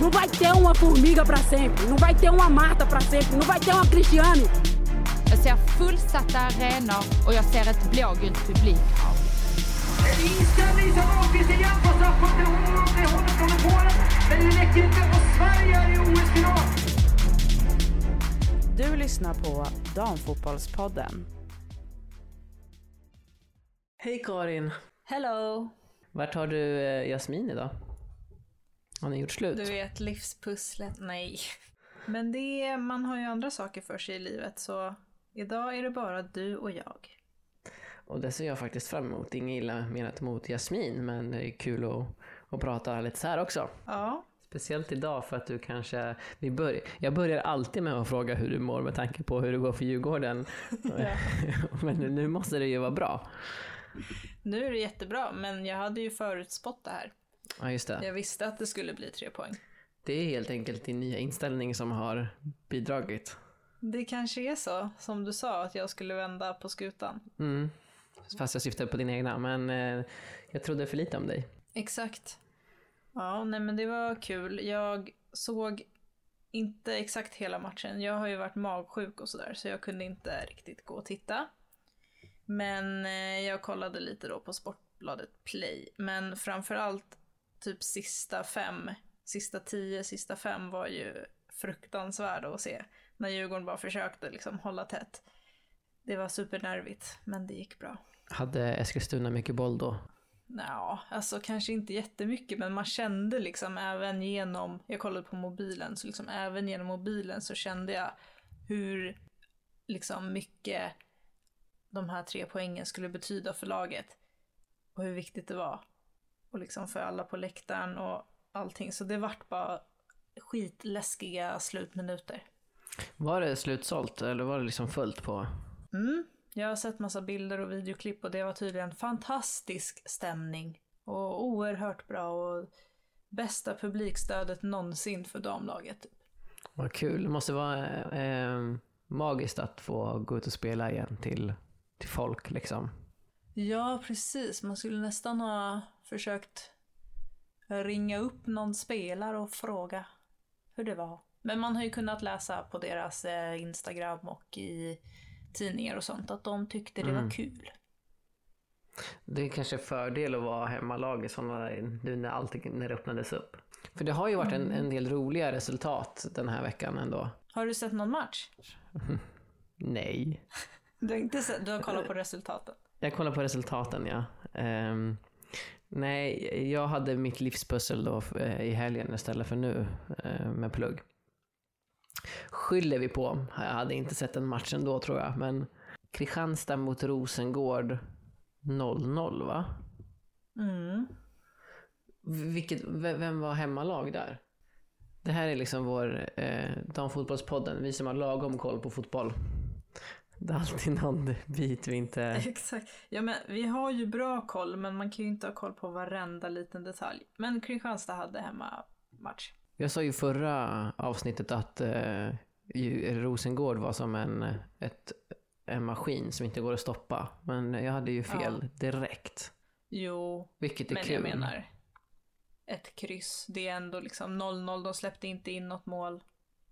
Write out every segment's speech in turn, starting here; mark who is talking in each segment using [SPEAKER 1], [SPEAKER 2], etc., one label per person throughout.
[SPEAKER 1] Não vai ter uma formiga para sempre, não vai ter uma Marta para sempre, não vai ter uma Cristiane.
[SPEAKER 2] Jag ser fullsatta arenor och jag ser ett blågult publikhav.
[SPEAKER 3] Inställning som Ahlqvist igen på straffpunkten. Hon håller från Polen, men det räcker inte. Och Sverige är i OS-final.
[SPEAKER 4] Du lyssnar på Damfotbollspodden.
[SPEAKER 5] Hej Karin!
[SPEAKER 6] Hello!
[SPEAKER 5] Vart har du eh, Jasmin idag? Har ni gjort slut?
[SPEAKER 6] Du vet, livspusslet. Nej. Men det, är- man har ju andra saker för sig i livet så idag är det bara du och jag.
[SPEAKER 5] Och det ser jag faktiskt fram emot. Inget illa menat mot Jasmin, men det är kul att, att prata lite så här också.
[SPEAKER 6] Ja,
[SPEAKER 5] Speciellt idag för att du kanske... Vi börj, jag börjar alltid med att fråga hur du mår med tanke på hur det går för Djurgården. men nu, nu måste det ju vara bra.
[SPEAKER 6] nu är det jättebra men jag hade ju förutspått det här.
[SPEAKER 5] Ja, just det.
[SPEAKER 6] Jag visste att det skulle bli tre poäng.
[SPEAKER 5] Det är helt enkelt din nya inställning som har bidragit.
[SPEAKER 6] Det kanske är så, som du sa, att jag skulle vända på skutan.
[SPEAKER 5] Mm. Fast jag syftar på din egna, men eh, jag trodde för lite om dig.
[SPEAKER 6] Exakt. Ja, nej men det var kul. Jag såg inte exakt hela matchen. Jag har ju varit magsjuk och sådär så jag kunde inte riktigt gå och titta. Men eh, jag kollade lite då på Sportbladet Play. Men framförallt typ sista fem, sista tio, sista fem var ju fruktansvärda att se. När Djurgården bara försökte liksom hålla tätt. Det var supernervigt, men det gick bra.
[SPEAKER 5] Hade Eskilstuna mycket boll då?
[SPEAKER 6] Ja, alltså kanske inte jättemycket men man kände liksom även genom, jag kollade på mobilen, så liksom även genom mobilen så kände jag hur liksom mycket de här tre poängen skulle betyda för laget. Och hur viktigt det var. Och liksom för alla på läktaren och allting. Så det vart bara skitläskiga slutminuter.
[SPEAKER 5] Var det slutsålt eller var det liksom fullt på?
[SPEAKER 6] Mm. Jag har sett massa bilder och videoklipp och det var tydligen fantastisk stämning. Och oerhört bra och bästa publikstödet någonsin för damlaget. typ.
[SPEAKER 5] Vad kul. Det måste vara eh, magiskt att få gå ut och spela igen till, till folk liksom.
[SPEAKER 6] Ja, precis. Man skulle nästan ha försökt ringa upp någon spelare och fråga hur det var. Men man har ju kunnat läsa på deras eh, Instagram och i tidningar och sånt att de tyckte det
[SPEAKER 5] Mm.
[SPEAKER 6] var kul.
[SPEAKER 5] Det är kanske en fördel att vara hemmalag i sådana, nu när allt när det öppnades upp. För det har ju varit en, en del roliga resultat den här veckan ändå.
[SPEAKER 6] Har du sett någon match?
[SPEAKER 5] Nej.
[SPEAKER 6] Du har, inte sett, du har kollat på resultaten?
[SPEAKER 5] Jag kollar på resultaten ja. Ehm, nej, jag hade mitt livspussel då eh, i helgen istället för nu eh, med plugg. Skyller vi på. Jag hade inte sett den matchen då tror jag, men Kristianstad mot Rosengård 0-0 va?
[SPEAKER 6] Mm.
[SPEAKER 5] Vilket, ve- vem var hemmalag där? Det här är liksom vår eh, damfotbollspodden, vi som har lagom koll på fotboll. Det är alltid någon bit vi inte...
[SPEAKER 6] Exakt. Ja, men vi har ju bra koll, men man kan ju inte ha koll på varenda liten detalj. Men Kristianstad hade hemmamatch.
[SPEAKER 5] Jag sa ju förra avsnittet att eh, ju- Rosengård var som en, ett, en maskin som inte går att stoppa. Men jag hade ju fel direkt.
[SPEAKER 6] Jo,
[SPEAKER 5] Vilket är
[SPEAKER 6] men
[SPEAKER 5] kul.
[SPEAKER 6] jag menar ett kryss. Det är ändå liksom 0-0, de släppte inte in något mål.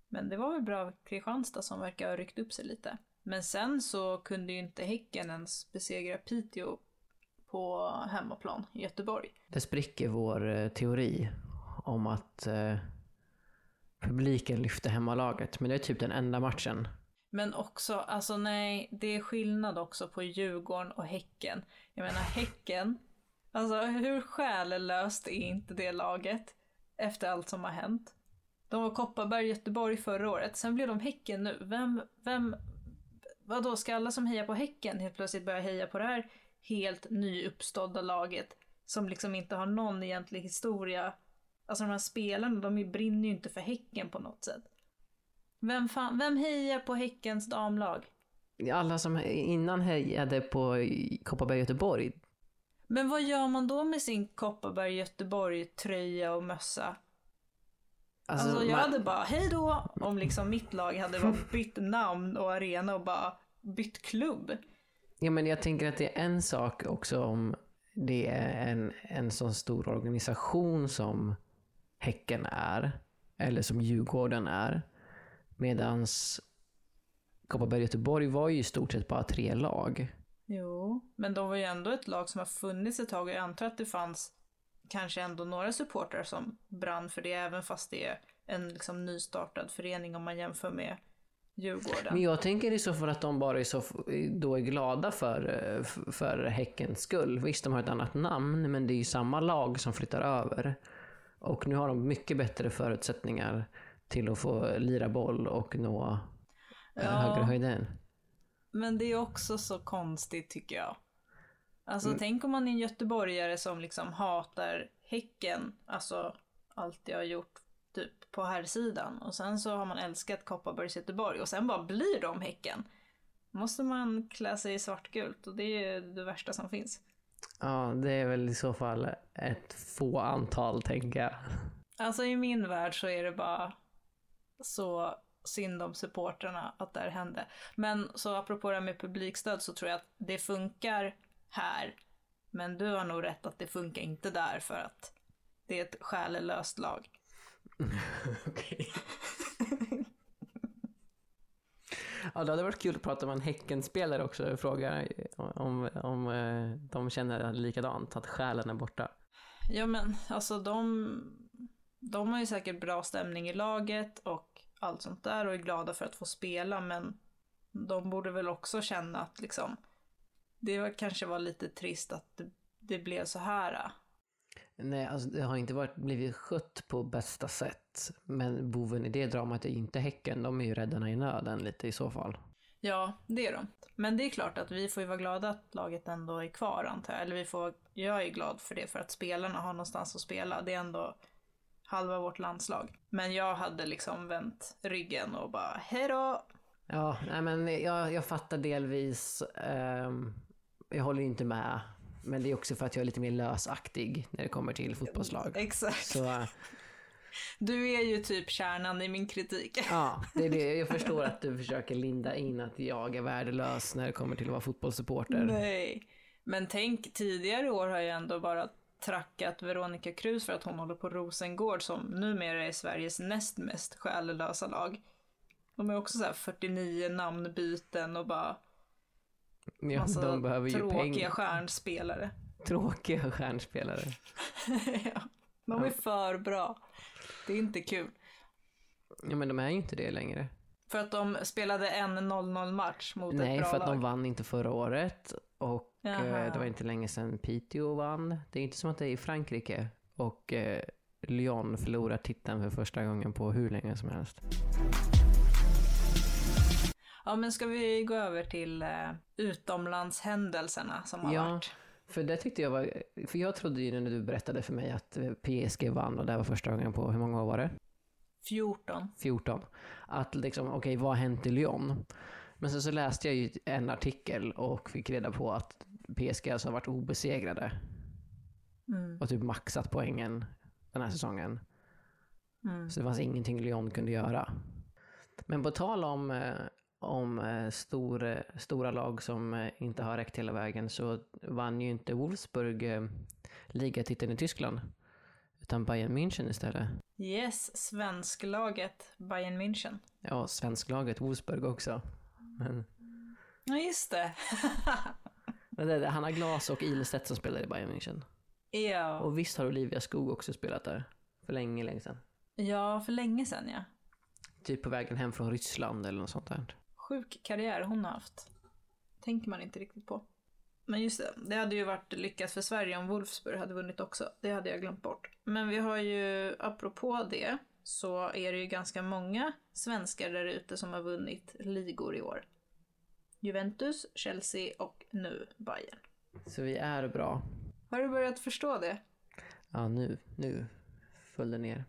[SPEAKER 6] Men det var väl bra Kristianstad som verkar ha ryckt upp sig lite. Men sen så kunde ju inte Häcken ens besegra Piteå på hemmaplan i Göteborg.
[SPEAKER 5] Det spricker vår eh, teori om att eh, publiken lyfte hemmalaget. Men det är typ den enda matchen.
[SPEAKER 6] Men också, alltså nej, det är skillnad också på Djurgården och Häcken. Jag menar Häcken, alltså hur själlöst är inte det laget efter allt som har hänt? De var Kopparberg, Göteborg förra året, sen blev de Häcken nu. Vem, vem, vadå, ska alla som hejar på Häcken helt plötsligt börja heja på det här helt nyuppstådda laget som liksom inte har någon egentlig historia? Alltså de här spelarna, de ju- brinner ju inte för Häcken på något sätt. Vem, fan, vem hejar på Häckens damlag?
[SPEAKER 5] Alla som innan hejade på i Kopparberg Göteborg.
[SPEAKER 6] Men vad gör man då med sin Kopparberg-Göteborg-tröja och mössa? Alltså, jag
[SPEAKER 5] man-
[SPEAKER 6] hade bara hej då om liksom mitt lag hade bara bytt namn och arena och bara bytt klubb.
[SPEAKER 5] Ja, men jag tänker att det är en sak också om det är en, en sån stor organisation som Häcken är. eller som Djurgården är. Medans Kopparberg och Göteborg var ju i stort sett bara tre lag.
[SPEAKER 6] Jo, men de var ju ändå ett lag som har funnits ett tag och jag antar att det fanns kanske ändå några supportrar som brann för det även fast det är en liksom nystartad förening om man jämför med Djurgården.
[SPEAKER 5] Men jag tänker i så fall att de bara i så f- då är glada för, eh, f- för Häckens skull. Visst, de har ett annat namn, men det är ju samma lag som flyttar över. Och nu har de mycket bättre förutsättningar till att få lira boll och nå ja.
[SPEAKER 6] Ja.
[SPEAKER 5] högre höjder.
[SPEAKER 6] Men det är också så konstigt tycker jag. Alltså tänk om man är en göteborgare som liksom hatar Häcken, alltså allt jag har gjort typ på här sidan och sen så har man älskat Kopparbergs Göteborg och sen bara blir de Häcken. Måste man klä sig i svartgult och det är ju det värsta som finns.
[SPEAKER 5] Ja, det är väl i så fall ett få antal, tänker jag.
[SPEAKER 6] Alltså i min värld så är det bara så synd om supportrarna att det här hände. Men så apropå det här med publikstöd så tror jag att det funkar här. Men du har nog rätt att det funkar inte där för att det är ett själlöst lag.
[SPEAKER 5] Ja, det hade varit kul att prata med en Häckenspelare också och fråga om, om eh, de känner likadant, att själen är borta.
[SPEAKER 6] Ja men alltså de, de har ju säkert bra stämning i laget och allt sånt där och är glada för att få spela men de borde väl också känna att liksom det var, kanske var lite trist att det, det blev så här.
[SPEAKER 5] Nej, alltså det har inte varit, blivit skött på bästa sätt. Men boven i det dramat är ju inte Häcken. De är ju räddarna i nöden lite i så fall.
[SPEAKER 6] Ja, det är de. Men det är klart att vi får ju vara glada att laget ändå är kvar antar jag. Eller vi får, jag är glad för det för att spelarna har någonstans att spela. Det är ändå halva vårt landslag. Men jag hade liksom vänt ryggen och bara hejdå!
[SPEAKER 5] Ja, nej men jag, jag fattar delvis. ehm, jag håller ju inte med. Men det är också för att jag är lite mer lösaktig när det kommer till fotbollslag.
[SPEAKER 6] Exakt.
[SPEAKER 5] Så eh,
[SPEAKER 6] Du är ju typ kärnan i min kritik.
[SPEAKER 5] ja, det är det. jag förstår att du försöker linda in att jag är värdelös när det kommer till att vara fotbollssupporter.
[SPEAKER 6] Nej. Men tänk, tidigare år har jag ändå bara trackat Veronica Cruz för att hon håller på Rosengård som numera är Sveriges näst mest själlösa lag. De är också så här 49 namnbyten och bara
[SPEAKER 5] Ja,
[SPEAKER 6] massa
[SPEAKER 5] de behöver ju
[SPEAKER 6] alltså, tråkiga
[SPEAKER 5] pengar.
[SPEAKER 6] stjärnspelare.
[SPEAKER 5] Tråkiga stjärnspelare.
[SPEAKER 6] ja. De är för bra. Det är inte kul.
[SPEAKER 5] Ja, men de är ju inte det längre.
[SPEAKER 6] För att de spelade en 0-0 match mot
[SPEAKER 5] Nej,
[SPEAKER 6] ett bra
[SPEAKER 5] för att
[SPEAKER 6] lag.
[SPEAKER 5] de vann inte förra året. Och eh,
[SPEAKER 6] Jaha.
[SPEAKER 5] det var inte länge sedan Piteå vann. Det är inte som att det är i Frankrike. Och eh, Lyon förlorar titeln för första gången på hur länge som helst.
[SPEAKER 6] Ja, men ska vi gå över till eh, utomlandshändelserna som har
[SPEAKER 5] Ja.
[SPEAKER 6] varit?
[SPEAKER 5] För det tyckte jag var... För jag trodde ju när du berättade för mig att eh, PSG vann och det här var första gången på, hur många år var det?
[SPEAKER 6] 14.
[SPEAKER 5] 14. Att liksom, okej, vad har hänt i Lyon? Men sen så läste jag ju en artikel och fick reda på att PSG alltså har varit obesegrade
[SPEAKER 6] Mm.
[SPEAKER 5] och typ maxat poängen den här säsongen.
[SPEAKER 6] Mm.
[SPEAKER 5] Så det fanns ingenting Lyon kunde göra. Men på tal om, eh, om eh, stor, eh, stora lag som eh, inte har räckt hela vägen så vann ju inte Wolfsburg eh, ligatiteln i Tyskland. Utan Bayern München istället.
[SPEAKER 6] Yes, svensklaget Bayern München.
[SPEAKER 5] Ja, svensklaget Wolfsburg också. Men,
[SPEAKER 6] Ja, just det.
[SPEAKER 5] men det är det, Hanna Glas och Ilestedt som spelar i Bayern München.
[SPEAKER 6] ja.
[SPEAKER 5] Och visst har Olivia Skog också spelat där. För länge, länge sedan.
[SPEAKER 6] ja, för länge sedan ja.
[SPEAKER 5] Typ på vägen hem från Ryssland eller något sånt där.
[SPEAKER 6] Sjuk karriär hon har haft. Tänker man inte riktigt på. Men just det, det hade ju varit lyckat för Sverige om Wolfsburg hade vunnit också. Det hade jag glömt bort. Men vi har ju, apropå det, så är det ju ganska många svenskar där ute som har vunnit ligor i år. Juventus, Chelsea och nu Bayern.
[SPEAKER 5] Så vi är bra.
[SPEAKER 6] Har du börjat förstå det?
[SPEAKER 5] Ja, nu, nu föll det ner.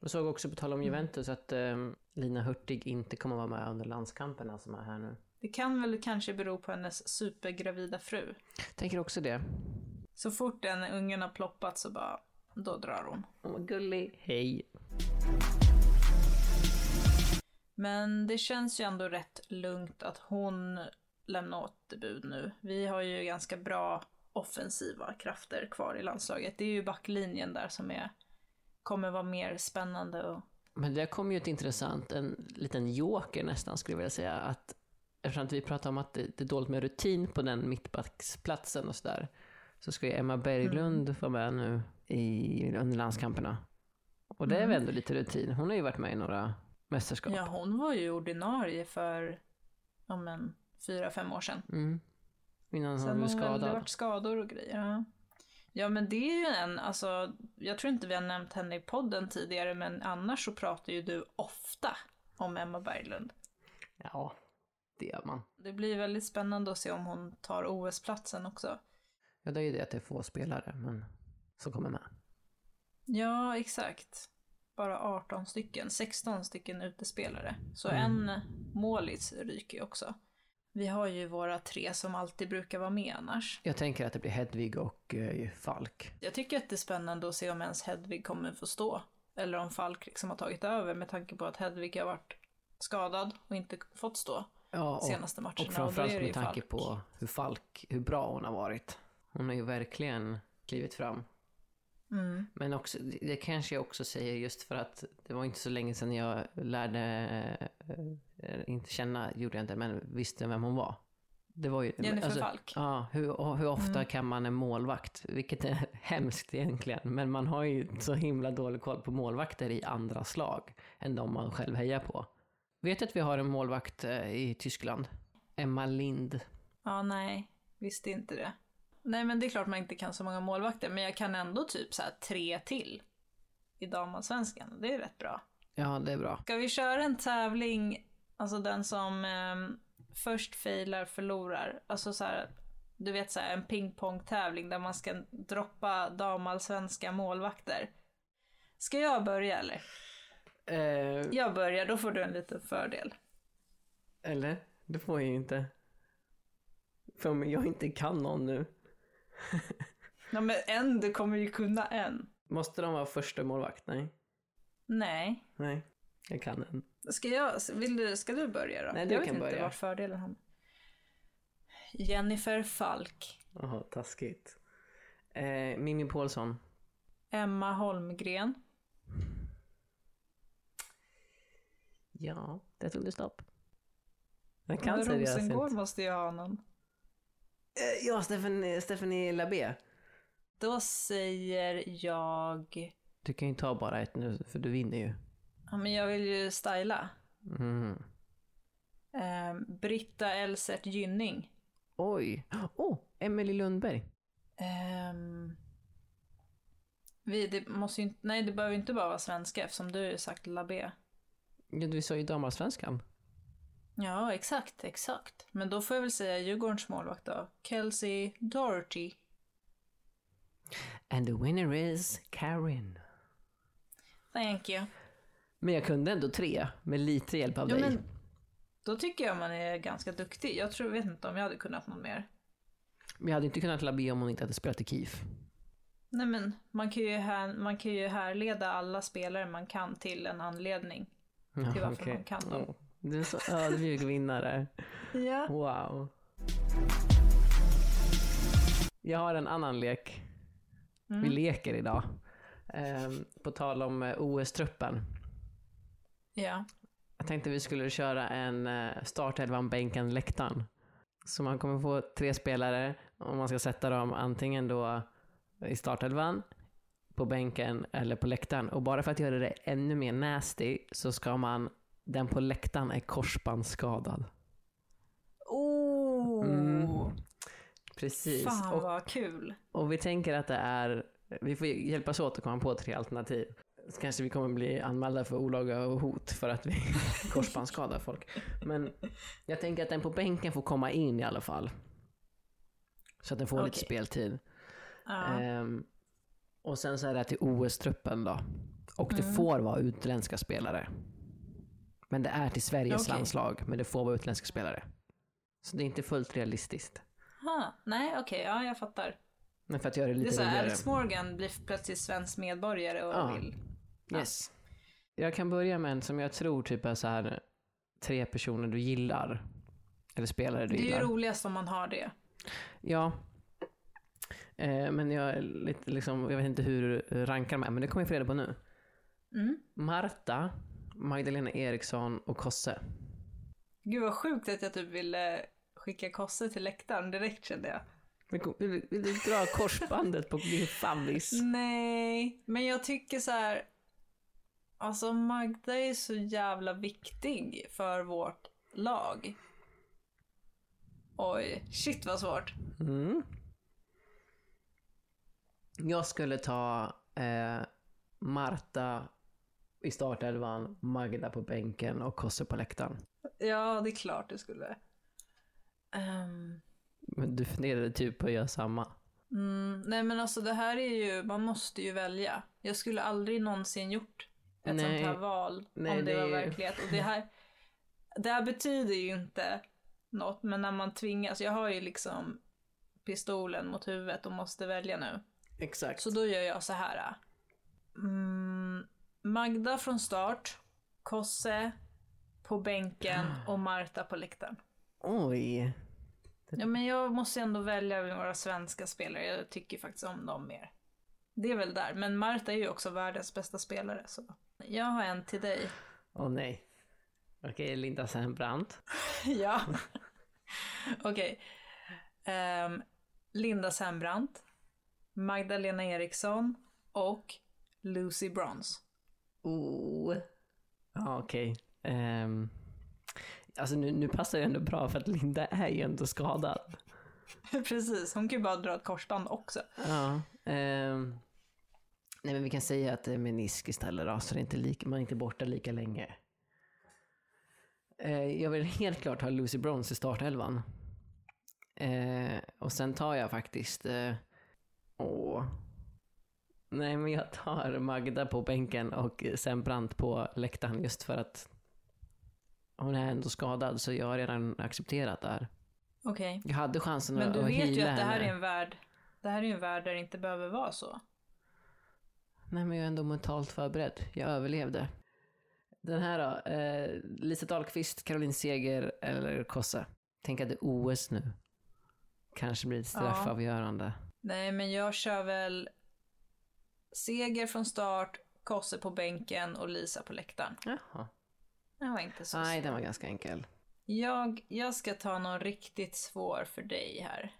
[SPEAKER 5] Jag såg också på tal om Juventus att eh, Lina Hurtig inte kommer vara med under landskamperna som är här nu.
[SPEAKER 6] Det kan väl kanske bero på hennes supergravida fru.
[SPEAKER 5] Tänker också det.
[SPEAKER 6] Så fort den ungen har ploppat så bara, då drar hon.
[SPEAKER 5] Åh, vad gullig. Hej.
[SPEAKER 6] Men det känns ju ändå rätt lugnt att hon lämnar återbud nu. Vi har ju ganska bra offensiva krafter kvar i landslaget. Det är ju backlinjen där som är, kommer vara mer spännande att
[SPEAKER 5] Men där kom ju ett intressant, en liten joker nästan skulle jag vilja säga. Att, eftersom att vi pratar om att det, det är dåligt med rutin på den mittbacksplatsen och sådär. Så ska ju Emma Berglund vara med nu i, under landskamperna. Och det är väl ändå lite rutin. Hon har ju varit med i några mästerskap.
[SPEAKER 6] Ja, hon var ju ordinarie för ja, men, fyra, fem år sedan.
[SPEAKER 5] Mm. Innan hon
[SPEAKER 6] Sen
[SPEAKER 5] blev
[SPEAKER 6] har väl det
[SPEAKER 5] skadad.
[SPEAKER 6] varit skador och grejer. Ja. ja, men det är ju en, alltså, jag tror inte vi har nämnt henne i podden tidigare, men annars så pratar ju du ofta om Emma Berglund.
[SPEAKER 5] Ja, det gör man.
[SPEAKER 6] Det blir väldigt spännande att se om hon tar OS-platsen också.
[SPEAKER 5] Ja, det är ju det att det är få spelare men, som kommer med.
[SPEAKER 6] Ja, exakt. Bara 18 stycken, 16 stycken utespelare. Så en målis ryker ju också. Vi har ju våra tre som alltid brukar vara med annars.
[SPEAKER 5] Jag tänker att det blir Hedvig och eh, Falk.
[SPEAKER 6] Jag tycker att det är spännande att se om ens Hedvig kommer få stå. Eller om Falk liksom har tagit över med tanke på att Hedvig har varit skadad och inte fått stå
[SPEAKER 5] Ja, och,
[SPEAKER 6] senaste matcherna.
[SPEAKER 5] och
[SPEAKER 6] då
[SPEAKER 5] framförallt
[SPEAKER 6] är det ju
[SPEAKER 5] med tanke
[SPEAKER 6] Falk.
[SPEAKER 5] på hur Falk, hur bra hon har varit. Hon har ju verkligen klivit fram.
[SPEAKER 6] Mm.
[SPEAKER 5] Men också, det kanske jag också säger just för att det var inte så länge sedan jag lärde, eh, inte känna, gjorde jag inte, men visste vem hon var. Det var ju,
[SPEAKER 6] Jennifer Falk.
[SPEAKER 5] alltså, Ja, hur, hur ofta kan man en målvakt, vilket är hemskt egentligen, men man har ju så himla dålig koll på målvakter i andra slag än de man själv hejar på. Vet du att vi har en målvakt eh, i Tyskland? Emma Lind.
[SPEAKER 6] Ja, nej. Visste inte det. Nej, men det är klart man inte kan så många målvakter, men jag kan ändå typ så här tre till i damallsvenskan. Det är rätt bra.
[SPEAKER 5] Ja, det är bra.
[SPEAKER 6] Ska vi köra en tävling, alltså den som ehm, först failar förlorar? Alltså så här, du vet så här, en pingpongtävling där man ska droppa damallsvenska målvakter. Ska jag börja eller?
[SPEAKER 5] Eh,
[SPEAKER 6] Jag börjar, då får du en liten fördel.
[SPEAKER 5] Eller? Det får jag ju inte. För om jag inte kan någon nu.
[SPEAKER 6] Ja, men en, du kommer ju kunna en.
[SPEAKER 5] Måste de vara första målvakt? Nej.
[SPEAKER 6] Nej.
[SPEAKER 5] Nej. Jag kan en.
[SPEAKER 6] Ska, jag, vill du, ska du börja då?
[SPEAKER 5] Nej, du
[SPEAKER 6] jag
[SPEAKER 5] kan
[SPEAKER 6] vet inte
[SPEAKER 5] börja.
[SPEAKER 6] var fördelen hamnar. Jennifer Falk.
[SPEAKER 5] Jaha, taskigt. Eh, Mimmi Paulsson.
[SPEAKER 6] Emma Holmgren.
[SPEAKER 5] Ja, där tog det stopp. Jag
[SPEAKER 6] Men
[SPEAKER 5] kan seriöst
[SPEAKER 6] Rosengård
[SPEAKER 5] inte.
[SPEAKER 6] måste ju ha någon.
[SPEAKER 5] Eh, ja, Stephanie, Stephanie Labé.
[SPEAKER 6] Då säger jag...
[SPEAKER 5] Du kan ju ta bara ett nu, för du vinner ju.
[SPEAKER 6] Ja, men jag vill ju styla.
[SPEAKER 5] Mm.
[SPEAKER 6] Eh, Britta Elsert Gynning.
[SPEAKER 5] Oj! Åh, oh, Emily Lundberg.
[SPEAKER 6] Ehm, vi, det måste ju inte, nej, det behöver ju inte bara vara svenska eftersom du har ju sagt labé.
[SPEAKER 5] Ja, vi sa ju damallsvenskan.
[SPEAKER 6] Ja, exakt, exakt. Men då får jag väl säga Djurgårdens målvakt då. Kelsey Doherty.
[SPEAKER 5] And the winner is Karin.
[SPEAKER 6] Thank you.
[SPEAKER 5] Men jag kunde ändå tre, med lite hjälp av
[SPEAKER 6] Ja,
[SPEAKER 5] dig.
[SPEAKER 6] men, då tycker jag man är ganska duktig. Jag tror, vet inte om jag hade kunnat någon mer.
[SPEAKER 5] Men jag hade inte kunnat labbe om hon inte hade spelat i KIF.
[SPEAKER 6] Nej men, man kan, ju här, man kan ju härleda alla spelare man kan till en anledning.
[SPEAKER 5] Ja,
[SPEAKER 6] Det är varför man kan dem.
[SPEAKER 5] Ja. Du är så ödmjuk vinnare.
[SPEAKER 6] Ja.
[SPEAKER 5] Wow. Jag har en annan lek. Vi leker idag. Ehm, på tal om eh, OS-truppen.
[SPEAKER 6] Ja.
[SPEAKER 5] Jag tänkte vi skulle köra en eh, startelvan, bänken, läktaren. Så man kommer få tre spelare och man ska sätta dem antingen då i startelvan, på bänken eller på läktaren. Och bara för att göra det ännu mer nasty så ska man, den på läktaren är korsbandsskadad. Mm.
[SPEAKER 6] Oh,
[SPEAKER 5] Precis.
[SPEAKER 6] fan
[SPEAKER 5] Och,
[SPEAKER 6] vad kul.
[SPEAKER 5] och vi tänker att det är, vi får hjälpas åt att komma på tre alternativ. Så kanske vi kommer bli anmälda för olaga och hot för att vi korsbandsskadar folk. Men jag tänker att den på bänken får komma in i alla fall. Så att den får lite
[SPEAKER 6] Okej.
[SPEAKER 5] speltid.
[SPEAKER 6] Ja.
[SPEAKER 5] Ehm, och sen så är det till OS-truppen då. Och
[SPEAKER 6] Mm.
[SPEAKER 5] det får vara utländska spelare. Men det är till Sveriges
[SPEAKER 6] Okej.
[SPEAKER 5] landslag, men det får vara utländska spelare. Så det är inte fullt realistiskt.
[SPEAKER 6] Ha, nej, okej, ja jag fattar.
[SPEAKER 5] Men för att göra det
[SPEAKER 6] Det
[SPEAKER 5] lite
[SPEAKER 6] är så här,
[SPEAKER 5] roligare.
[SPEAKER 6] Alex Morgan blir plötsligt svensk medborgare och
[SPEAKER 5] Ja.
[SPEAKER 6] vill.
[SPEAKER 5] Yes. Jag kan börja med en som jag tror typ är så här tre personer du gillar. Eller spelare du
[SPEAKER 6] Det är
[SPEAKER 5] gillar.
[SPEAKER 6] ju roligast om man har det.
[SPEAKER 5] Ja. Eh, men jag är lite liksom, jag vet inte hur du rankar dem här, men det kommer jag få reda på nu.
[SPEAKER 6] Mm.
[SPEAKER 5] Marta, Magdalena Eriksson och Kosse.
[SPEAKER 6] Gud vad sjukt att jag typ ville skicka Kosse till läktaren direkt kände jag.
[SPEAKER 5] Vi kom- vi- vi- vi drar korsbandet på din favvis.
[SPEAKER 6] Nej, men jag tycker så här. Alltså Magda är så jävla viktig för vårt lag. Oj, shit vad svårt.
[SPEAKER 5] Mm. Jag skulle ta eh, Marta i startelvan, Magda på bänken och Kosse på läktaren.
[SPEAKER 6] Ja, det är klart du skulle. Ehm,
[SPEAKER 5] Men du funderade typ på att göra samma.
[SPEAKER 6] mm, nej men alltså det här är ju, man måste ju välja. Jag skulle aldrig någonsin gjort ett
[SPEAKER 5] Nej.
[SPEAKER 6] sånt här val
[SPEAKER 5] Nej,
[SPEAKER 6] om det,
[SPEAKER 5] det är
[SPEAKER 6] var
[SPEAKER 5] ju-
[SPEAKER 6] verklighet. Och det här, det här betyder ju inte något, men när man tvingas, jag har ju liksom pistolen mot huvudet och måste välja nu.
[SPEAKER 5] Exakt.
[SPEAKER 6] Så då gör jag så här. Mm, Magda från start, Kosse på bänken och Marta på läktaren.
[SPEAKER 5] Oj.
[SPEAKER 6] Ja, men jag måste ändå välja några svenska spelare. Jag tycker faktiskt om dem mer. Det är väl där. Men Marta är ju också världens bästa spelare. Så. Jag har en till dig.
[SPEAKER 5] Åh nej. Okej, Linda Sembrant.
[SPEAKER 6] ja. Okej. Ehm, Linda Sembrant, Magdalena Eriksson och Lucy Bronze.
[SPEAKER 5] Oh. Ja, okej. Ehm, alltså nu, nu passar det ändå bra för att Linda är ju ändå skadad.
[SPEAKER 6] Precis, hon kan ju bara dra ett korsband också.
[SPEAKER 5] Ja. ehm, nej men vi kan säga att det är menisk istället då, så det är inte lika, man är inte borta lika länge. Eh, jag vill helt klart ha Lucy Bronze i startelvan. Eh, och sen tar jag faktiskt... eh, åh. Nej men jag tar Magda på bänken och sen Brandt på läktaren just för att hon är ändå skadad så jag har redan accepterat det här.
[SPEAKER 6] Okej.
[SPEAKER 5] Jag hade chansen
[SPEAKER 6] Men
[SPEAKER 5] att,
[SPEAKER 6] du
[SPEAKER 5] att
[SPEAKER 6] vet ju
[SPEAKER 5] heala
[SPEAKER 6] att det här
[SPEAKER 5] henne.
[SPEAKER 6] är en värld, det här är ju en värld där det inte behöver vara så.
[SPEAKER 5] Nej, men jag är ändå mentalt förberedd. Jag överlevde. Den här då. Eh, Lisa Dahlqvist, Caroline Seger eller Kosse? Tänk att det är OS nu. Kanske blir ett straffavgörande.
[SPEAKER 6] Nej, men jag kör väl Seger från start, Kosse på bänken och Lisa på läktaren.
[SPEAKER 5] Jaha.
[SPEAKER 6] Det var inte så
[SPEAKER 5] Nej,
[SPEAKER 6] svårt.
[SPEAKER 5] den var ganska enkel.
[SPEAKER 6] Jag, jag ska ta någon riktigt svår för dig här.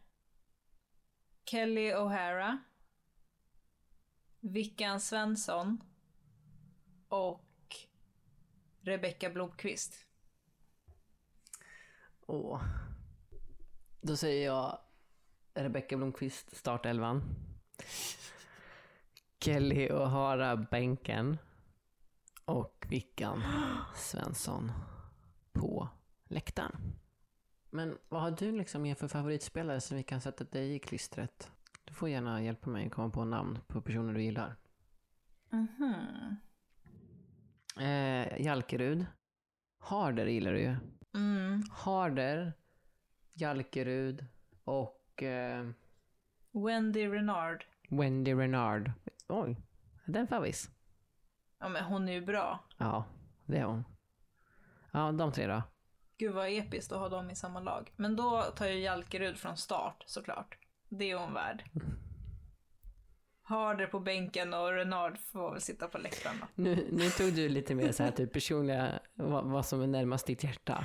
[SPEAKER 6] Kelly O'Hara. Vickan Svensson. Och Rebecka Blomqvist.
[SPEAKER 5] Åh. Då säger jag Rebecka Blomqvist, startelvan. Kelly och Hara bänken. Och Vickan Svensson på läktaren. Men vad har du liksom mer för favoritspelare som vi kan sätta dig i klistret? Du får gärna hjälpa mig att komma på namn på personer du gillar.
[SPEAKER 6] Mhm.
[SPEAKER 5] Eh, Jalkerud. Harder gillar du ju.
[SPEAKER 6] Mm.
[SPEAKER 5] Harder, Jalkerud och eh,
[SPEAKER 6] Wendy Renard.
[SPEAKER 5] Wendy Renard. Oj, den favvis.
[SPEAKER 6] Ja, men hon är ju bra.
[SPEAKER 5] Ja, det är hon. Ja, de tre då.
[SPEAKER 6] Gud vad episkt att ha dem i samma lag. Men då tar ju Jalkerud från start såklart. Det är hon värd. Harder på bänken och Renard får väl sitta på läktaren då.
[SPEAKER 5] Nu, nu tog du lite mer så här typ personliga, vad, vad som är närmast ditt hjärta.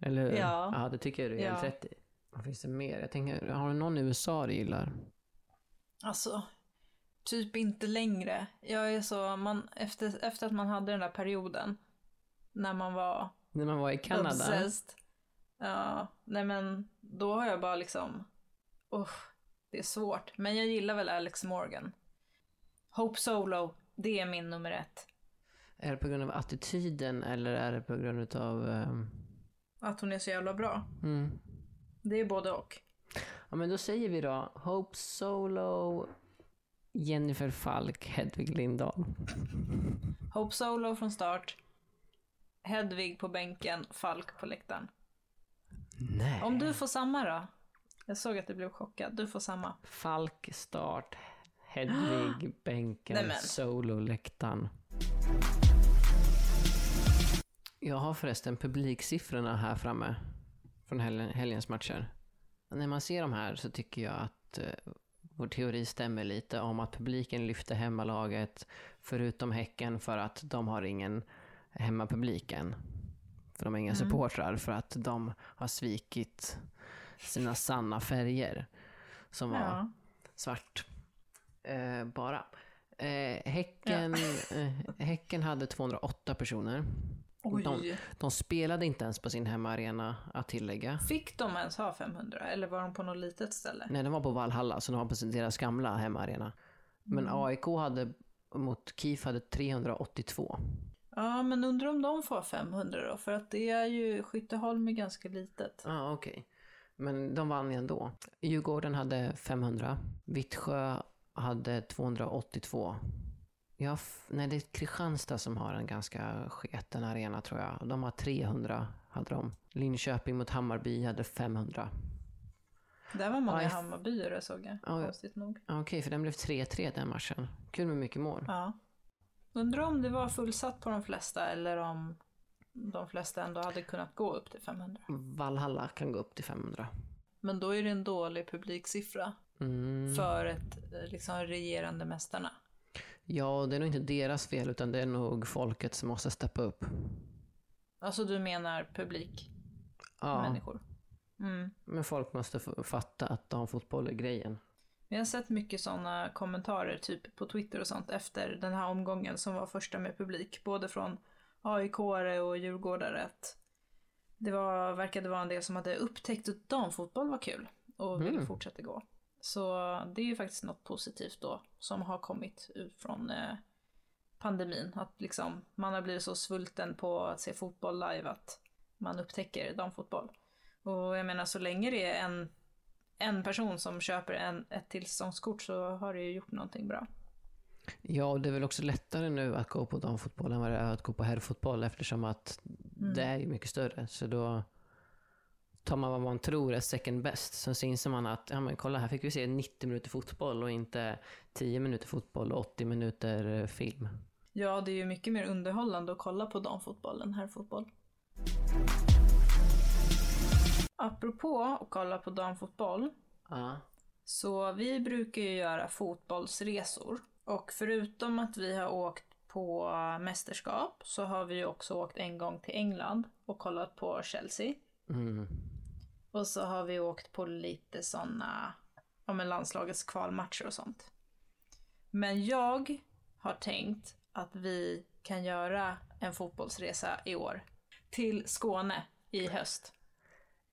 [SPEAKER 5] Eller hur?
[SPEAKER 6] Ja.
[SPEAKER 5] ja det tycker jag du är helt
[SPEAKER 6] Ja.
[SPEAKER 5] rätt i. Vad finns det mer? Jag tänker, har du någon i USA du gillar?
[SPEAKER 6] Alltså, typ inte längre. Jag är så, man, efter, efter att man hade den där perioden när man var
[SPEAKER 5] När man var i Kanada?
[SPEAKER 6] obsessed. Ja, nej men då har jag bara liksom, oh, det är svårt. Men jag gillar väl Alex Morgan. Hope Solo, det är min nummer ett.
[SPEAKER 5] Är det på grund av attityden eller är det på grund av... ehm,
[SPEAKER 6] Att hon är så jävla bra.
[SPEAKER 5] mm,
[SPEAKER 6] Det är både och.
[SPEAKER 5] Ja, men då säger vi då Hope Solo, Jennifer Falk, Hedvig Lindahl.
[SPEAKER 6] Hope Solo från start. Hedvig på bänken, Falk på läktaren.
[SPEAKER 5] Nej.
[SPEAKER 6] Om du får samma då? Jag såg att du blev chockad. Du får samma.
[SPEAKER 5] Falk, start, Hedvig,
[SPEAKER 6] Nej,
[SPEAKER 5] bänken,
[SPEAKER 6] men.
[SPEAKER 5] solo, läktaren. Jag har förresten publiksiffrorna här framme från helgen, helgens matcher. När man ser de här så tycker jag att eh, vår teori stämmer lite om att publiken lyfter hemmalaget förutom Häcken för att de har ingen hemmapublik än. För de har
[SPEAKER 6] Mm.
[SPEAKER 5] inga supportrar för att de har svikit sina sanna färger. Som var
[SPEAKER 6] Ja.
[SPEAKER 5] svart. Eh, bara. Eh, häcken, eh, häcken hade 208 personer. De,
[SPEAKER 6] Oj.
[SPEAKER 5] de spelade inte ens på sin hemmaarena att tillägga.
[SPEAKER 6] Fick de ens ha 500 eller var de på något litet ställe?
[SPEAKER 5] Nej, de var på Valhalla, så de var på sin- deras gamla hemmaarena. Men
[SPEAKER 6] Mm.
[SPEAKER 5] AIK hade mot KIF hade 382.
[SPEAKER 6] Ja, men undrar om de får 500 då? För att det är ju, Skytteholm är ganska litet.
[SPEAKER 5] Ja, ah, okej. Men de vann ju ändå. Djurgården hade 500. Vittsjö hade 282. Ja, f- nej, det är Kristianstad som har en ganska sketen arena tror jag. De har 300, hade de. Linköping mot Hammarby hade 500.
[SPEAKER 6] Där var många
[SPEAKER 5] Aj.
[SPEAKER 6] Hammarbyare såg jag,
[SPEAKER 5] Ja, ja.
[SPEAKER 6] konstigt nog.
[SPEAKER 5] Ja, Okej, för den blev 3-3 den matchen. Kul med mycket mål.
[SPEAKER 6] Ja. Undrar om det var fullsatt på de flesta eller om de flesta ändå hade kunnat gå upp till 500.
[SPEAKER 5] Valhalla kan gå upp till 500.
[SPEAKER 6] Men då är det en dålig publiksiffra
[SPEAKER 5] Mm.
[SPEAKER 6] för ett eh, liksom, regerande mästarna.
[SPEAKER 5] Ja, det är nog inte deras fel, utan det är nog folket som måste steppa upp.
[SPEAKER 6] Alltså du menar publik,
[SPEAKER 5] Ja,
[SPEAKER 6] människor. Mm.
[SPEAKER 5] men folk måste f- fatta att damfotboll är grejen.
[SPEAKER 6] Vi har sett mycket sådana kommentarer typ på Twitter och sånt efter den här omgången som var första med publik. Både från AIK-are och djurgårdare. Att det var, verkade vara en del som hade upptäckt att damfotboll var kul och ville fortsätta gå. Så det är ju faktiskt något positivt då som har kommit ut från eh, pandemin. Att liksom, man har blivit så svulten på att se fotboll live att man upptäcker damfotboll. Och jag menar så länge det är en en person som köper en, ett tillståndskort så har det ju gjort någonting bra.
[SPEAKER 5] Ja, och det är väl också lättare nu att gå på damfotboll än vad det är att gå på herrfotboll eftersom att
[SPEAKER 6] Mm.
[SPEAKER 5] det är ju mycket större. Så då tar man vad man tror är second best. Sen så inser man att, ja men kolla här fick vi se 90 minuter fotboll och inte 10 minuter fotboll och 80 minuter eh, film.
[SPEAKER 6] Ja, det är ju mycket mer underhållande att kolla på damfotboll än herrfotboll. Apropå att kolla på damfotboll
[SPEAKER 5] Ja.
[SPEAKER 6] Så vi brukar ju göra fotbollsresor. Och förutom att vi har åkt på mästerskap så har vi ju också åkt en gång till England och kollat på Chelsea.
[SPEAKER 5] Mm.
[SPEAKER 6] Och så har vi åkt på lite sådana, ja men landslagets kvalmatcher och sånt. Men jag har tänkt att vi kan göra en fotbollsresa i år. Till Skåne i höst.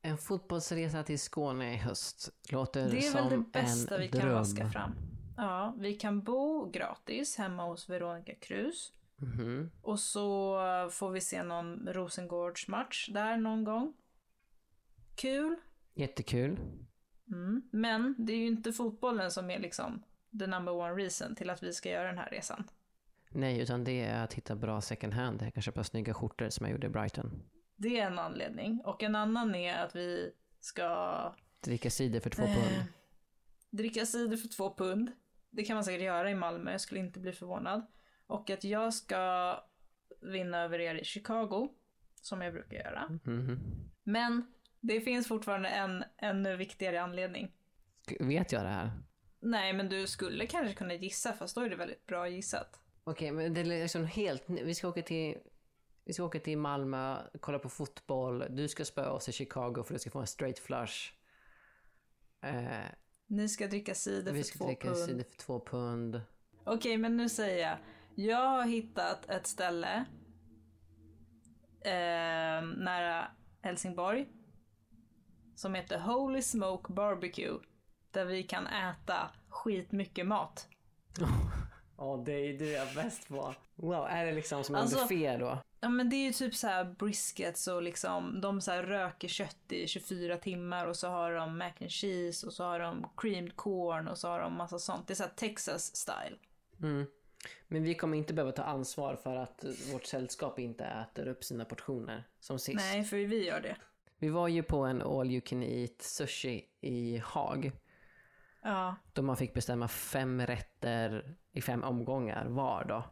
[SPEAKER 5] En fotbollsresa till Skåne i höst låter
[SPEAKER 6] Det är
[SPEAKER 5] som
[SPEAKER 6] väl det bästa
[SPEAKER 5] en
[SPEAKER 6] vi kan
[SPEAKER 5] dröm.
[SPEAKER 6] vaska fram. Ja, vi kan bo gratis hemma hos Veronica Cruz.
[SPEAKER 5] Mhm.
[SPEAKER 6] Och så eh, får vi se någon Rosengårdsmatch där någon gång. Kul.
[SPEAKER 5] Jättekul.
[SPEAKER 6] Mm. Men det är ju inte fotbollen som är liksom the number one reason till att vi ska göra den här resan.
[SPEAKER 5] Nej, utan det är att hitta bra second hand. Jag kan köpa snygga skjortor som jag gjorde i Brighton.
[SPEAKER 6] Det är en anledning. Och en annan är att vi ska
[SPEAKER 5] Dricka cider för två pund.
[SPEAKER 6] dricka cider för två pund. Det kan man säkert göra i Malmö, jag skulle inte bli förvånad. Och att jag ska vinna över er i Chicago, som jag brukar göra.
[SPEAKER 5] Mhm.
[SPEAKER 6] Men det finns fortfarande en ännu viktigare anledning.
[SPEAKER 5] Vet jag det här?
[SPEAKER 6] Nej, men du skulle kanske kunna gissa, fast då är det väldigt bra gissat.
[SPEAKER 5] Okej, men det är liksom helt... ny- Vi ska åka till... Vi ska åka till Malmö, kolla på fotboll. Du ska spöa oss i Chicago för du ska få en straight flush. Eh,
[SPEAKER 6] Ni ska dricka cider
[SPEAKER 5] vi
[SPEAKER 6] för
[SPEAKER 5] ska
[SPEAKER 6] två
[SPEAKER 5] dricka
[SPEAKER 6] pund.
[SPEAKER 5] cider för två pund.
[SPEAKER 6] Okej, men nu säger jag. Jag har hittat ett ställe eh, nära Helsingborg som heter Holy Smoke Barbecue där vi kan äta skitmycket mat.
[SPEAKER 5] Ja, det är du jag bäst på. Wow, är det liksom som en
[SPEAKER 6] Alltså-
[SPEAKER 5] buffé då?
[SPEAKER 6] Ja men det är ju typ så här briskets och liksom de så här röker kött i 24 timmar och så har de mac and cheese och så har de creamed corn och så har de massa sånt. Det är så här Texas style.
[SPEAKER 5] Mm. Men vi kommer inte behöva ta ansvar för att vårt sällskap inte äter upp sina portioner som sist.
[SPEAKER 6] Nej, för vi gör det.
[SPEAKER 5] Vi var ju på en all you can eat sushi i Haag.
[SPEAKER 6] Ja.
[SPEAKER 5] Då man fick bestämma fem rätter i fem omgångar var då.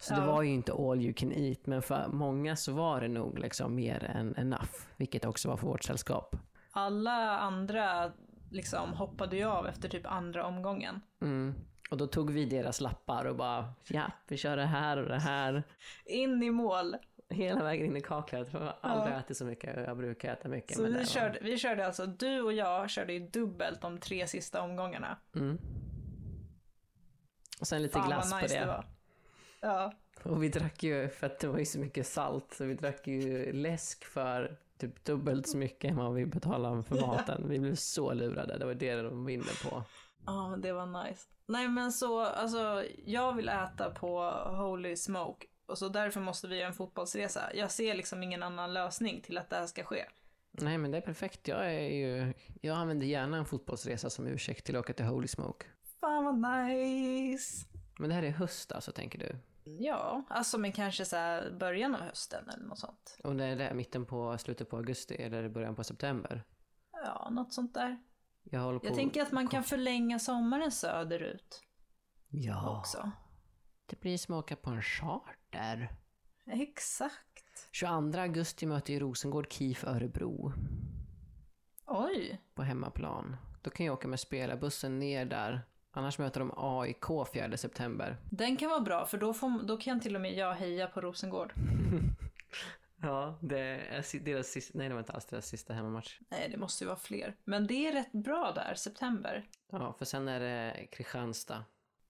[SPEAKER 5] Så det
[SPEAKER 6] Ja.
[SPEAKER 5] var ju inte all you can eat, men för många så var det nog liksom mer än enough. Vilket också var för vårt sällskap.
[SPEAKER 6] alla andra liksom hoppade ju av efter typ andra omgången.
[SPEAKER 5] Mm. Och då tog vi deras lappar och bara, ja, vi kör det här och det här.
[SPEAKER 6] In i mål.
[SPEAKER 5] Hela vägen in i kaklet, för jag har aldrig ätit så mycket och jag brukar äta mycket.
[SPEAKER 6] Så
[SPEAKER 5] men det
[SPEAKER 6] vi
[SPEAKER 5] var-
[SPEAKER 6] körde, vi körde alltså, du och jag körde ju dubbelt de tre sista omgångarna.
[SPEAKER 5] Mm. Och sen lite
[SPEAKER 6] Fan, vad
[SPEAKER 5] glass på det.
[SPEAKER 6] Ja,
[SPEAKER 5] Och vi drack ju, för att det var ju så mycket salt, så vi drack ju läsk för typ dubbelt så mycket än vad vi betalade för maten. Vi blev så lurade, det var det de var inne på.
[SPEAKER 6] ja men det var nice. Nej men så, alltså jag vill äta på Holy Smoke och så därför måste vi göra en fotbollsresa. Jag ser liksom ingen annan lösning till att det här ska ske.
[SPEAKER 5] Nej men det är perfekt, jag är ju, jag använder gärna en fotbollsresa som ursäkt till att åka till Holy Smoke.
[SPEAKER 6] Fan vad nice!
[SPEAKER 5] Men det här är höst alltså, tänker du?
[SPEAKER 6] Ja, alltså men kanske så här början av hösten eller något sånt.
[SPEAKER 5] Och det är där mitten på, slutet på augusti eller början på september?
[SPEAKER 6] Ja, något sånt där.
[SPEAKER 5] Jag håller på...
[SPEAKER 6] Jag tänker att man kan förlänga sommaren söderut
[SPEAKER 5] Ja.
[SPEAKER 6] också.
[SPEAKER 5] Det blir som att åka på en charter.
[SPEAKER 6] Exakt.
[SPEAKER 5] 22 augusti möter ju Rosengård KIF Örebro.
[SPEAKER 6] Oj.
[SPEAKER 5] på hemmaplan. Då kan jag åka med spelarbussen ner där. Annars möter de AIK 4 september.
[SPEAKER 6] Den kan vara bra för då, får, då kan till och med jag heja på Rosengård.
[SPEAKER 5] Ja, det är si- deras sista, nej det var inte alls deras sista hemmamatch.
[SPEAKER 6] Nej, det måste ju vara fler. Men det är rätt bra där, september.
[SPEAKER 5] Ja, för sen är det Kristianstad.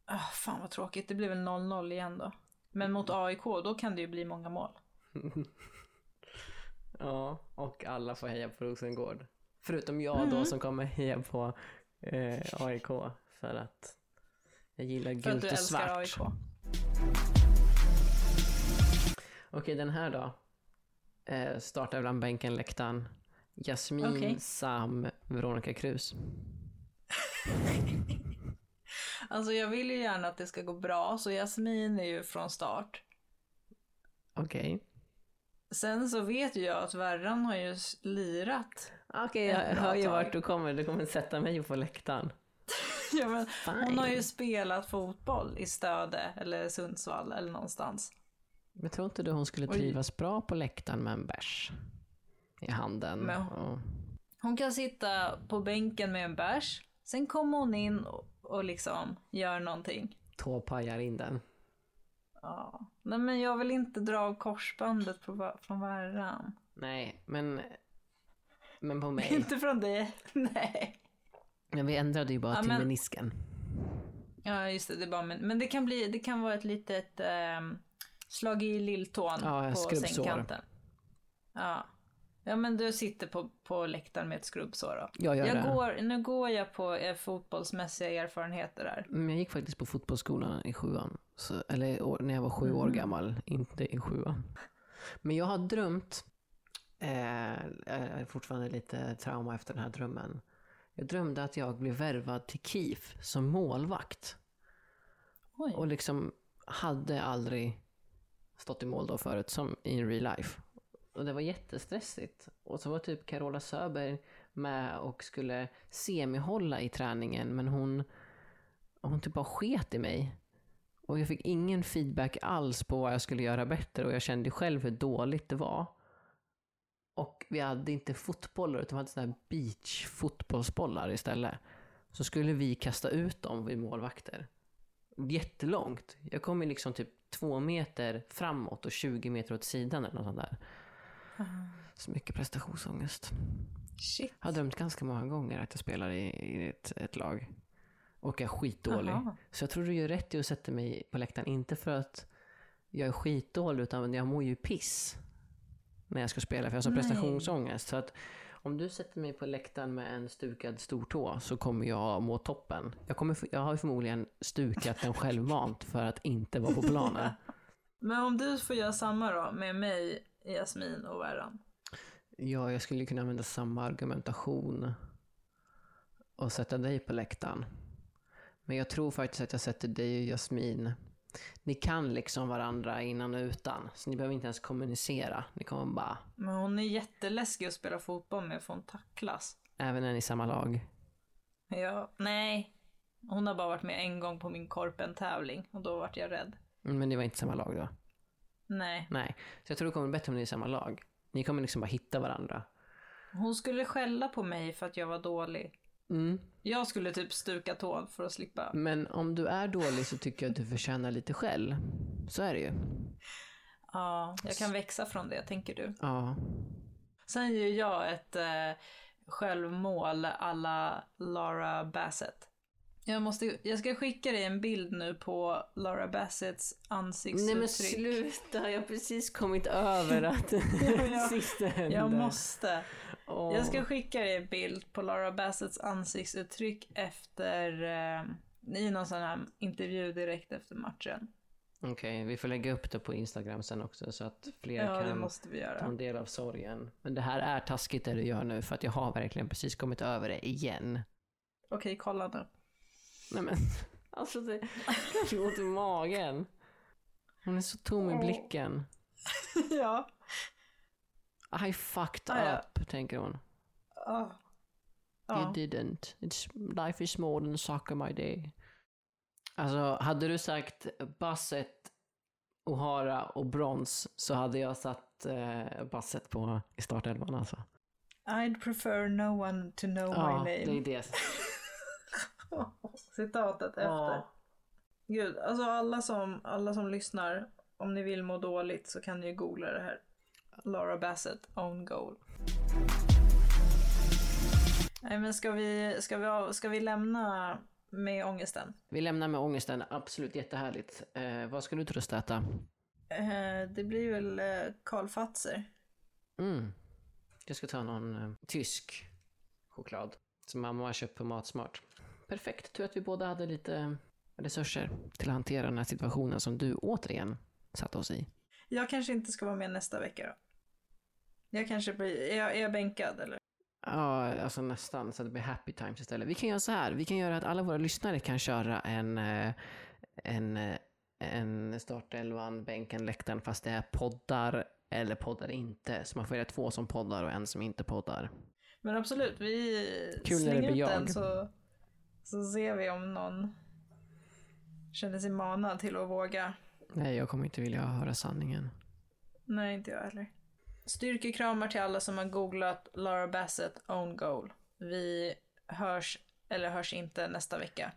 [SPEAKER 6] Ah, fan vad tråkigt, det blir väl 0-0 igen då. Men mot AIK, då kan det ju bli många mål.
[SPEAKER 5] Ja, och alla får heja på Rosengård. Förutom jag
[SPEAKER 6] Mm.
[SPEAKER 5] då som kommer heja på eh, AIK för att jag gillar
[SPEAKER 6] För att
[SPEAKER 5] gult
[SPEAKER 6] du
[SPEAKER 5] och
[SPEAKER 6] älskar
[SPEAKER 5] svart.
[SPEAKER 6] AIK.
[SPEAKER 5] Okej, den här då. Eh, startar bland bänken, läktaren. Jasmin,
[SPEAKER 6] Okej.
[SPEAKER 5] Sam, Veronica Krus.
[SPEAKER 6] Alltså jag vill ju gärna att det ska gå bra, så Jasmin är ju från start.
[SPEAKER 5] Okej.
[SPEAKER 6] Sen så vet ju jag att Värran har ju s- lirat.
[SPEAKER 5] Okej, jag
[SPEAKER 6] Ett bra
[SPEAKER 5] hör ju
[SPEAKER 6] tag.
[SPEAKER 5] vart du kommer. Du kommer sätta mig på läktaren.
[SPEAKER 6] Ja, men hon
[SPEAKER 5] Fine.
[SPEAKER 6] har ju spelat fotboll i Stöde eller Sundsvall eller någonstans.
[SPEAKER 5] Men tror inte du hon skulle
[SPEAKER 6] Oj.
[SPEAKER 5] trivas bra på läktaren med en bärs i handen?
[SPEAKER 6] Men-
[SPEAKER 5] Och...
[SPEAKER 6] Hon kan sitta på bänken med en bärs, sen kommer hon in och, och liksom gör någonting.
[SPEAKER 5] Tåpajar in den.
[SPEAKER 6] Ja. Nej men jag vill inte dra av korsbandet på, va- från Värran.
[SPEAKER 5] Nej, men... Men på mig.
[SPEAKER 6] Inte från dig. Nej.
[SPEAKER 5] Men vi ändrade ju bara
[SPEAKER 6] Ja,
[SPEAKER 5] till
[SPEAKER 6] men-
[SPEAKER 5] menisken.
[SPEAKER 6] Ja just det, det är bara men, men det kan bli, det kan vara ett litet ehm, slag i lilltån
[SPEAKER 5] Ja,
[SPEAKER 6] på
[SPEAKER 5] skrubbsår.
[SPEAKER 6] sängkanten. Ja. Ja men du sitter på, på läktaren med ett skrubbsår då.
[SPEAKER 5] Jag gör det.
[SPEAKER 6] Jag går, nu går jag på eh, fotbollsmässiga erfarenheter där.
[SPEAKER 5] Men jag gick faktiskt på fotbollsskolan i sjuan. Så, eller år, när jag var sju år
[SPEAKER 6] Mm.
[SPEAKER 5] gammal, inte i sjuan. Men jag har drömt, eh, jag är fortfarande lite trauma efter den här drömmen. Jag drömde att jag blev värvad till KIF som målvakt.
[SPEAKER 6] Oj.
[SPEAKER 5] Och liksom hade aldrig stått i mål då förut, som in real life. Och det var jättestressigt. Och så var typ Carola Söber med och skulle semihålla i träningen, men hon, hon typ bara sket i mig. Och jag fick ingen feedback alls på vad jag skulle göra bättre och jag kände ju själv hur dåligt det var. Och vi hade inte fotbollar utan vi hade sådana här beachfotbollsbollar istället. Så skulle vi kasta ut dem vid målvakter. Jättelångt. Jag kom ju liksom typ två meter framåt och 20 meter åt sidan eller något sånt där. Så mycket prestationsångest.
[SPEAKER 6] Shit.
[SPEAKER 5] Jag har drömt ganska många gånger att jag spelar i, i ett, ett lag. Och är skitdålig.
[SPEAKER 6] Jaha.
[SPEAKER 5] Så jag tror du gör rätt i att sätta mig på läktaren. Inte för att jag är skitdålig, utan jag mår ju piss. När jag ska spela, för jag har sån
[SPEAKER 6] Nej.
[SPEAKER 5] prestationsångest. Så att om du sätter mig på läktaren med en stukad stortå så kommer jag må toppen. Jag, kommer, f- jag har ju förmodligen stukat den självmant för att inte vara på planen.
[SPEAKER 6] Men om du får göra samma då med mig, Jasmin och Värran.
[SPEAKER 5] Ja, jag skulle kunna använda samma argumentation och sätta dig på läktaren. Men jag tror faktiskt att jag sätter dig och Jasmin. Ni kan liksom varandra innan och utan, så ni behöver inte ens kommunicera. Ni kommer bara,
[SPEAKER 6] Men hon är jätteläskig att spela fotboll med för hon tacklas.
[SPEAKER 5] även när ni är i samma lag.
[SPEAKER 6] Ja, nej. Hon har bara varit med en gång på min korpen-tävling och då vart jag rädd.
[SPEAKER 5] Mm, Men ni var inte samma lag då?
[SPEAKER 6] Nej.
[SPEAKER 5] Nej. Så jag tror det kommer bli bättre om ni är i samma lag. Ni kommer liksom bara hitta varandra.
[SPEAKER 6] Hon skulle skälla på mig för att jag var dålig.
[SPEAKER 5] Mm.
[SPEAKER 6] Jag skulle typ stuka tån för att slippa.
[SPEAKER 5] Men om du är dålig så tycker jag att du förtjänar lite skäll. Så är det ju.
[SPEAKER 6] Ja, jag kan växa från det, tänker du.
[SPEAKER 5] Ja.
[SPEAKER 6] Sen gör jag ett eh, självmål alla Lara Bassett. Jag, måste, jag ska skicka dig en bild nu på Lara Bassetts
[SPEAKER 5] Nej men
[SPEAKER 6] ansiktsuttryck.
[SPEAKER 5] sluta, jag har precis kommit över att det sista hände.
[SPEAKER 6] jag måste.
[SPEAKER 5] Åh.
[SPEAKER 6] Jag ska skicka dig en bild på Laura Bassetts ansiktsuttryck efter eh, i någon sån här intervju direkt efter matchen.
[SPEAKER 5] Okej, vi får lägga upp det på Instagram sen också så att fler
[SPEAKER 6] Ja, det
[SPEAKER 5] kan Mm.
[SPEAKER 6] måste vi
[SPEAKER 5] ta en
[SPEAKER 6] göra.
[SPEAKER 5] del av sorgen. Men det här är taskigt det du gör nu för att jag har verkligen precis kommit över det igen.
[SPEAKER 6] Okej, kolla nu.
[SPEAKER 5] Nej men, alltså det kanske ont i magen. Hon är så tom i blicken.
[SPEAKER 6] ja.
[SPEAKER 5] I fucked
[SPEAKER 6] Ah, ja.
[SPEAKER 5] up, tänker hon.
[SPEAKER 6] Ja. Ja.
[SPEAKER 5] You didn't. It's, life is more than soccer my day. Alltså, hade du sagt Basset, O'Hara och Brons så hade jag satt eh, Basset på i startelvan alltså.
[SPEAKER 6] I'd prefer no one to know
[SPEAKER 5] ja,
[SPEAKER 6] Oh my
[SPEAKER 5] det är
[SPEAKER 6] name.
[SPEAKER 5] det.
[SPEAKER 6] Citatet efter.
[SPEAKER 5] Ja.
[SPEAKER 6] Gud, alltså alla som, alla som lyssnar, om ni vill må dåligt så kan ni ju googla det här. Laura Bassett, own goal. Nej men ska vi, ska vi, av- ska vi lämna med ångesten?
[SPEAKER 5] Vi lämnar med ångesten, absolut jättehärligt. Eh, vad ska du tröstäta?
[SPEAKER 6] Eh, det blir väl eh, Karl Fatzer.
[SPEAKER 5] Mm. Jag ska ta någon eh, tysk choklad som mamma har köpt på Matsmart. Perfekt, tur att vi båda hade lite resurser till att hantera den här situationen som du återigen satte oss i.
[SPEAKER 6] Jag kanske inte ska vara med nästa vecka då. Jag kanske blir, är jag, är jag bänkad eller?
[SPEAKER 5] Ja, alltså nästan så att det blir happy times istället. Vi kan göra så här, vi kan göra att alla våra lyssnare kan köra en, eh, en, eh, en startelvan, bänken, läktaren fast det är poddar eller poddar inte. Så man får göra två som poddar och en som inte poddar.
[SPEAKER 6] Men absolut, vi
[SPEAKER 5] Kul när det
[SPEAKER 6] slänger
[SPEAKER 5] blir
[SPEAKER 6] ut
[SPEAKER 5] jag.
[SPEAKER 6] den så, så ser vi om någon känner sig manad till att våga.
[SPEAKER 5] Nej, jag kommer inte vilja höra sanningen.
[SPEAKER 6] Nej, inte jag heller. Styrkekramar till alla som har googlat Laura Bassett own goal. Vi hörs, eller hörs inte, nästa vecka.